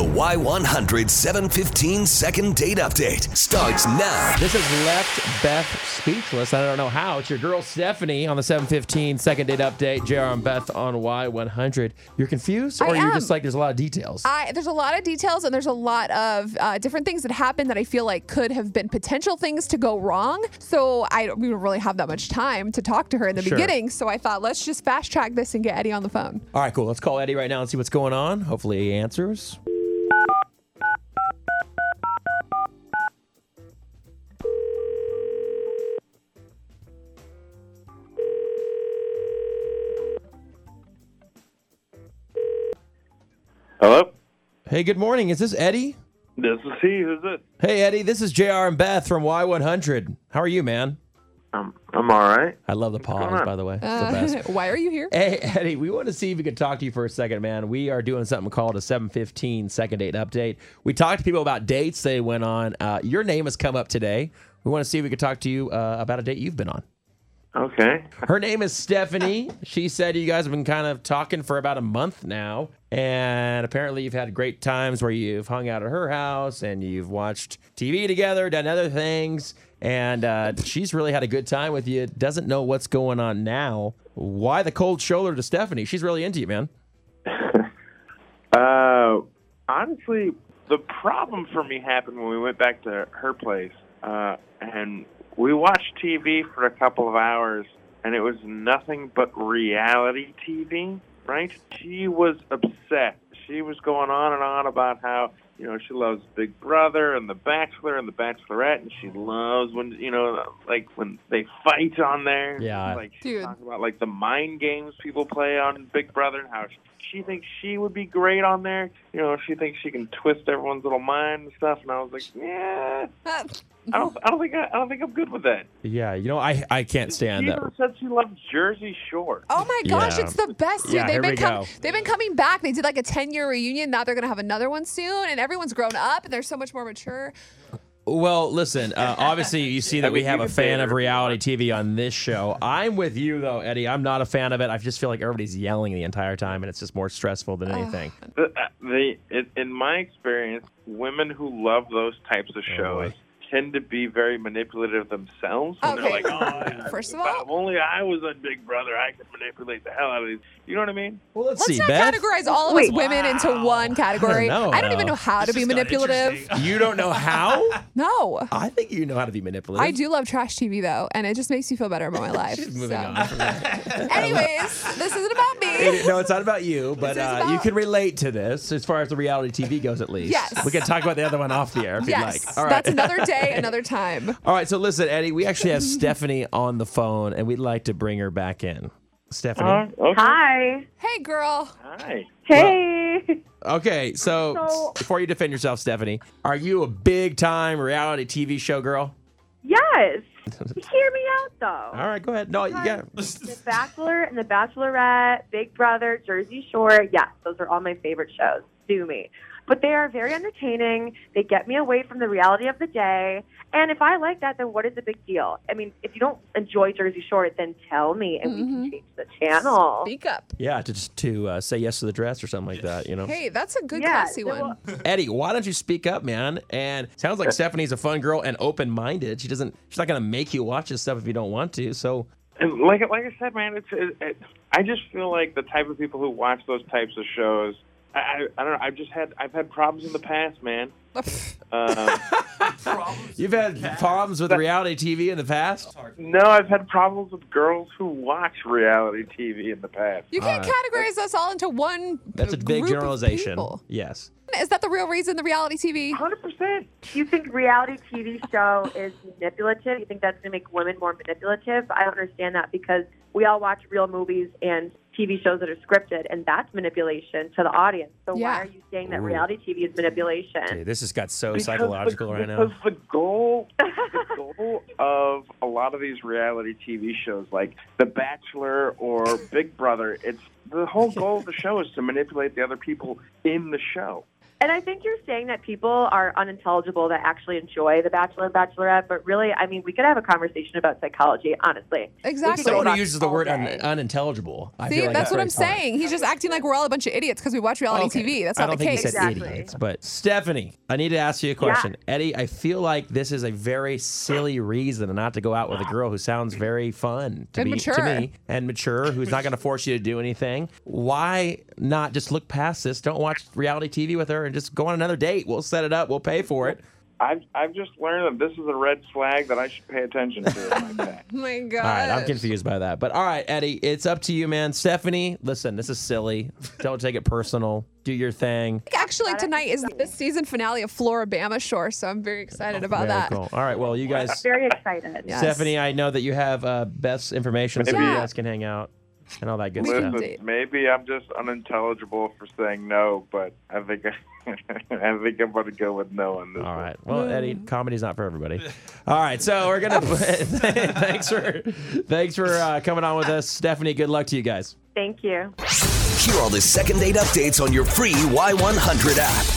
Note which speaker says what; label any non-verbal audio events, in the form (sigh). Speaker 1: Y100 715 second date update starts now.
Speaker 2: This has left Beth speechless. I don't know how. It's your girl Stephanie on the 715 second date update. JR and Beth on Y100. You're confused, or
Speaker 3: I
Speaker 2: you're
Speaker 3: am.
Speaker 2: just like, there's a lot of details.
Speaker 3: I, there's a lot of details and there's a lot of uh, different things that happened that I feel like could have been potential things to go wrong. So I don't, we don't really have that much time to talk to her in the
Speaker 2: Sure.
Speaker 3: beginning. So I thought let's just fast track this and get Eddie on the phone. (laughs)
Speaker 2: All right, cool. Let's call Eddie right now and see what's going on. Hopefully, he answers.
Speaker 4: Hello?
Speaker 2: Hey, good morning. Is this Eddie?
Speaker 4: This is he. Who's it?
Speaker 2: Hey, Eddie. This is JR and Beth from Y100. How are you, man?
Speaker 4: I'm, Um, I'm all right.
Speaker 2: I love the pause,
Speaker 4: going on?
Speaker 2: by the way. It's the
Speaker 3: (laughs)
Speaker 2: best.
Speaker 3: Uh, why are you here?
Speaker 2: Hey, Eddie, we want to see if we could talk to you for a second, man. We are doing something called a 715 second date update. We talked to people about dates they went on. Uh, your name has come up today. We want to see if we could talk to you uh, about a date you've been on.
Speaker 4: Okay.
Speaker 2: Her name is Stephanie. She said you guys have been kind of talking for about a month now. And apparently, you've had great times where you've hung out at her house and you've watched TV together, done other things. And uh, she's really had a good time with you. Doesn't know what's going on now. Why the cold shoulder to Stephanie? She's really into you, man.
Speaker 4: Uh, honestly, the problem for me happened when we went back to her place, uh, and we watched TV for a couple of hours, and it was nothing but reality TV. Right? She was upset. She was going on and on about how you know she loves Big Brother and The Bachelor and The Bachelorette, and she loves when you know like when they fight on there.
Speaker 2: Yeah.
Speaker 4: Like she's
Speaker 3: Dude.
Speaker 4: talking about like the mind games people play on Big Brother and how she thinks she would be great on there. You know, she thinks she can twist everyone's little mind and stuff. And I was like, yeah,
Speaker 3: Uh,
Speaker 4: I don't, I don't think, I, I don't think I'm good with that.
Speaker 2: Yeah, you know, I, I can't stand
Speaker 4: she
Speaker 2: that.
Speaker 4: even said she loved Jersey Shore.
Speaker 3: Oh my gosh,
Speaker 2: Yeah.
Speaker 3: it's the best, dude.
Speaker 2: Yeah, here
Speaker 3: they've
Speaker 2: we
Speaker 3: been
Speaker 2: go.
Speaker 3: they've been coming back. They did like a 10 year reunion. Now they're gonna have another one soon, and everyone's grown up and they're so much more mature.
Speaker 2: Well, listen, (laughs) uh, obviously, you see that
Speaker 4: mean,
Speaker 2: we
Speaker 4: you
Speaker 2: have a
Speaker 4: can
Speaker 2: fan
Speaker 4: say
Speaker 2: of
Speaker 4: it.
Speaker 2: reality TV on this show. I'm with you, though, Eddie. I'm not a fan of it. I just feel like everybody's yelling the entire time, and it's just more stressful than anything.
Speaker 4: The, uh, the, it, in my experience, women who love those types of shows
Speaker 2: Oh, boy.
Speaker 4: tend to be very manipulative themselves. And
Speaker 3: Okay.
Speaker 4: They're like, oh,
Speaker 3: (laughs)
Speaker 4: I-
Speaker 3: First of
Speaker 4: if
Speaker 3: all-
Speaker 4: I- if only I was on Big Brother, I could manipulate the hell out of these. You know what I mean?
Speaker 2: well, let's,
Speaker 3: Let's
Speaker 2: see,
Speaker 3: not
Speaker 2: Beth.
Speaker 3: categorize all of us women into one
Speaker 2: (laughs)
Speaker 3: category.
Speaker 2: know
Speaker 3: I don't
Speaker 2: now.
Speaker 3: even know how to be manipulative.
Speaker 2: You don't know how?
Speaker 3: No.
Speaker 2: (laughs) I think you know how to be manipulative.
Speaker 3: I do love trash TV though, and it just makes me feel
Speaker 2: (laughs)
Speaker 3: better about my life.
Speaker 2: Moving
Speaker 3: so.
Speaker 2: on. (laughs)
Speaker 3: Anyways, this isn't about me.
Speaker 2: It- no, it's not about you, but
Speaker 3: This is
Speaker 2: uh,
Speaker 3: about-
Speaker 2: you can relate to this as far as the reality TV goes, at least.
Speaker 3: Yes.
Speaker 2: We can talk about the other one off the air if
Speaker 3: Yes,
Speaker 2: you'd like. All right.
Speaker 3: that's another day, another time.
Speaker 2: (laughs) All right, so listen, Eddie, we actually (laughs) have Stephanie on the phone, and we'd like to bring her back in. Stephanie.
Speaker 4: okay.
Speaker 5: Hi.
Speaker 3: Hey, girl.
Speaker 4: Hi.
Speaker 5: Hey. (laughs)
Speaker 2: Okay, so,
Speaker 5: So-
Speaker 2: before you defend yourself, Stephanie, are you a big time reality TV show girl? (laughs)
Speaker 5: yes. Hear me out, though.
Speaker 2: All right, go ahead. No, you got
Speaker 5: The Bachelor and The Bachelorette, Big Brother, Jersey Shore. Yes, those are all my favorite shows. Do me. But they are very entertaining. They get me away from the reality of the day. And if I like that, then what is the big deal? I mean, if you don't enjoy Jersey Shore, then tell me and we can change the channel.
Speaker 3: Speak up.
Speaker 2: yeah, to just to uh, say yes to the dress or something like that, you know.
Speaker 3: Hey, that's a good
Speaker 5: yeah,
Speaker 3: classy
Speaker 5: there
Speaker 3: one.
Speaker 5: will-
Speaker 2: Eddie, why don't you speak up, man? And sounds like Stephanie's a fun girl and open-minded. She doesn't. She's not gonna make you watch this stuff if you don't want to. So
Speaker 4: And like like I said, man, it's it, it, I just feel like the type of people who watch those types of shows. I, I I don't know. I've just had I've had problems in the past, man. Uh,
Speaker 2: you've had problems with reality TV in the past.
Speaker 4: no, I've had problems with girls who watch reality TV in the past.
Speaker 3: You can't categorize us all into one.
Speaker 2: That's a big
Speaker 3: group of
Speaker 2: generalization.
Speaker 3: people.
Speaker 2: Yes.
Speaker 3: Is that the real reason the reality TV?
Speaker 4: Hundred percent.
Speaker 5: you think reality TV show is manipulative? You think that's going to make women more manipulative? I don't understand that because we all watch real movies and TV shows that are scripted, and that's manipulation to the audience. So
Speaker 3: Yeah.
Speaker 5: why are you saying that
Speaker 2: Ooh.
Speaker 5: reality TV is manipulation?
Speaker 2: this has got so
Speaker 4: Because the, Because the goal, the goal of a lot of these reality TV shows, like The Bachelor or Big Brother, it's the whole goal of the show is to manipulate the other people in the show.
Speaker 5: And I think you're saying that people are unintelligible that actually enjoy The Bachelor and Bachelorette, but really, I mean, we could have a conversone about psychology, honestly.
Speaker 3: Exactly.
Speaker 2: Someone who
Speaker 5: on
Speaker 2: uses the
Speaker 5: all
Speaker 2: word un- uh,
Speaker 5: day.
Speaker 2: unintelligible. I
Speaker 3: See,
Speaker 2: feel like
Speaker 3: that's what I'm
Speaker 2: very smart.
Speaker 3: saying. He's just acting like we're all a bunch of idiots because we watch reality
Speaker 2: Okay.
Speaker 3: TV. That's
Speaker 2: I
Speaker 3: not
Speaker 2: don't
Speaker 3: the
Speaker 2: think
Speaker 3: case.
Speaker 2: he said
Speaker 5: Exactly.
Speaker 2: idiots, but Stephanie, I need to ask you a question. Eddie, I feel like this is a very silly reason not to go out with a girl who sounds very fun to
Speaker 3: And
Speaker 2: be to
Speaker 3: mature.
Speaker 2: me and mature, who's not going to force you to do anything. Why not just look past this? Don't watch reality TV with her and just go on another date. We'll set it up. We'll pay for it.
Speaker 4: I've I've just learned that this is a red flag that I should pay attention to.
Speaker 3: Oh my god.
Speaker 2: All right, I'm confused by that. But all right, Eddie, it's up to you, man. Stephanie, listen, this is silly. Don't take it personal. Do your thing.
Speaker 3: Actually, tonight is the season finale of Floribama Shore, so I'm very excited about
Speaker 2: Oh, Very
Speaker 3: that.
Speaker 2: cool. All right, well, you guys
Speaker 5: Very excited.
Speaker 3: Yeah.
Speaker 2: Stephanie, I know that you have uh, best information, so
Speaker 4: Maybe-
Speaker 2: you guys can hang out and all that good
Speaker 3: We can
Speaker 2: stuff.
Speaker 3: do-
Speaker 4: Listen,
Speaker 3: Indeed.
Speaker 4: maybe I'm just unintelligible for saying no, but I think I, (laughs) think I'm going to go with no on this.
Speaker 2: All
Speaker 4: one.
Speaker 2: right. Well, Eddie, comedy's not for everybody. All right, so we're
Speaker 3: (laughs)
Speaker 2: gonna. (laughs) thanks for, thanks for uh, coming on with us, Stephanie. Good luck to you guys.
Speaker 5: Thank you.
Speaker 1: Hear all the second date updates on your free Y100 app.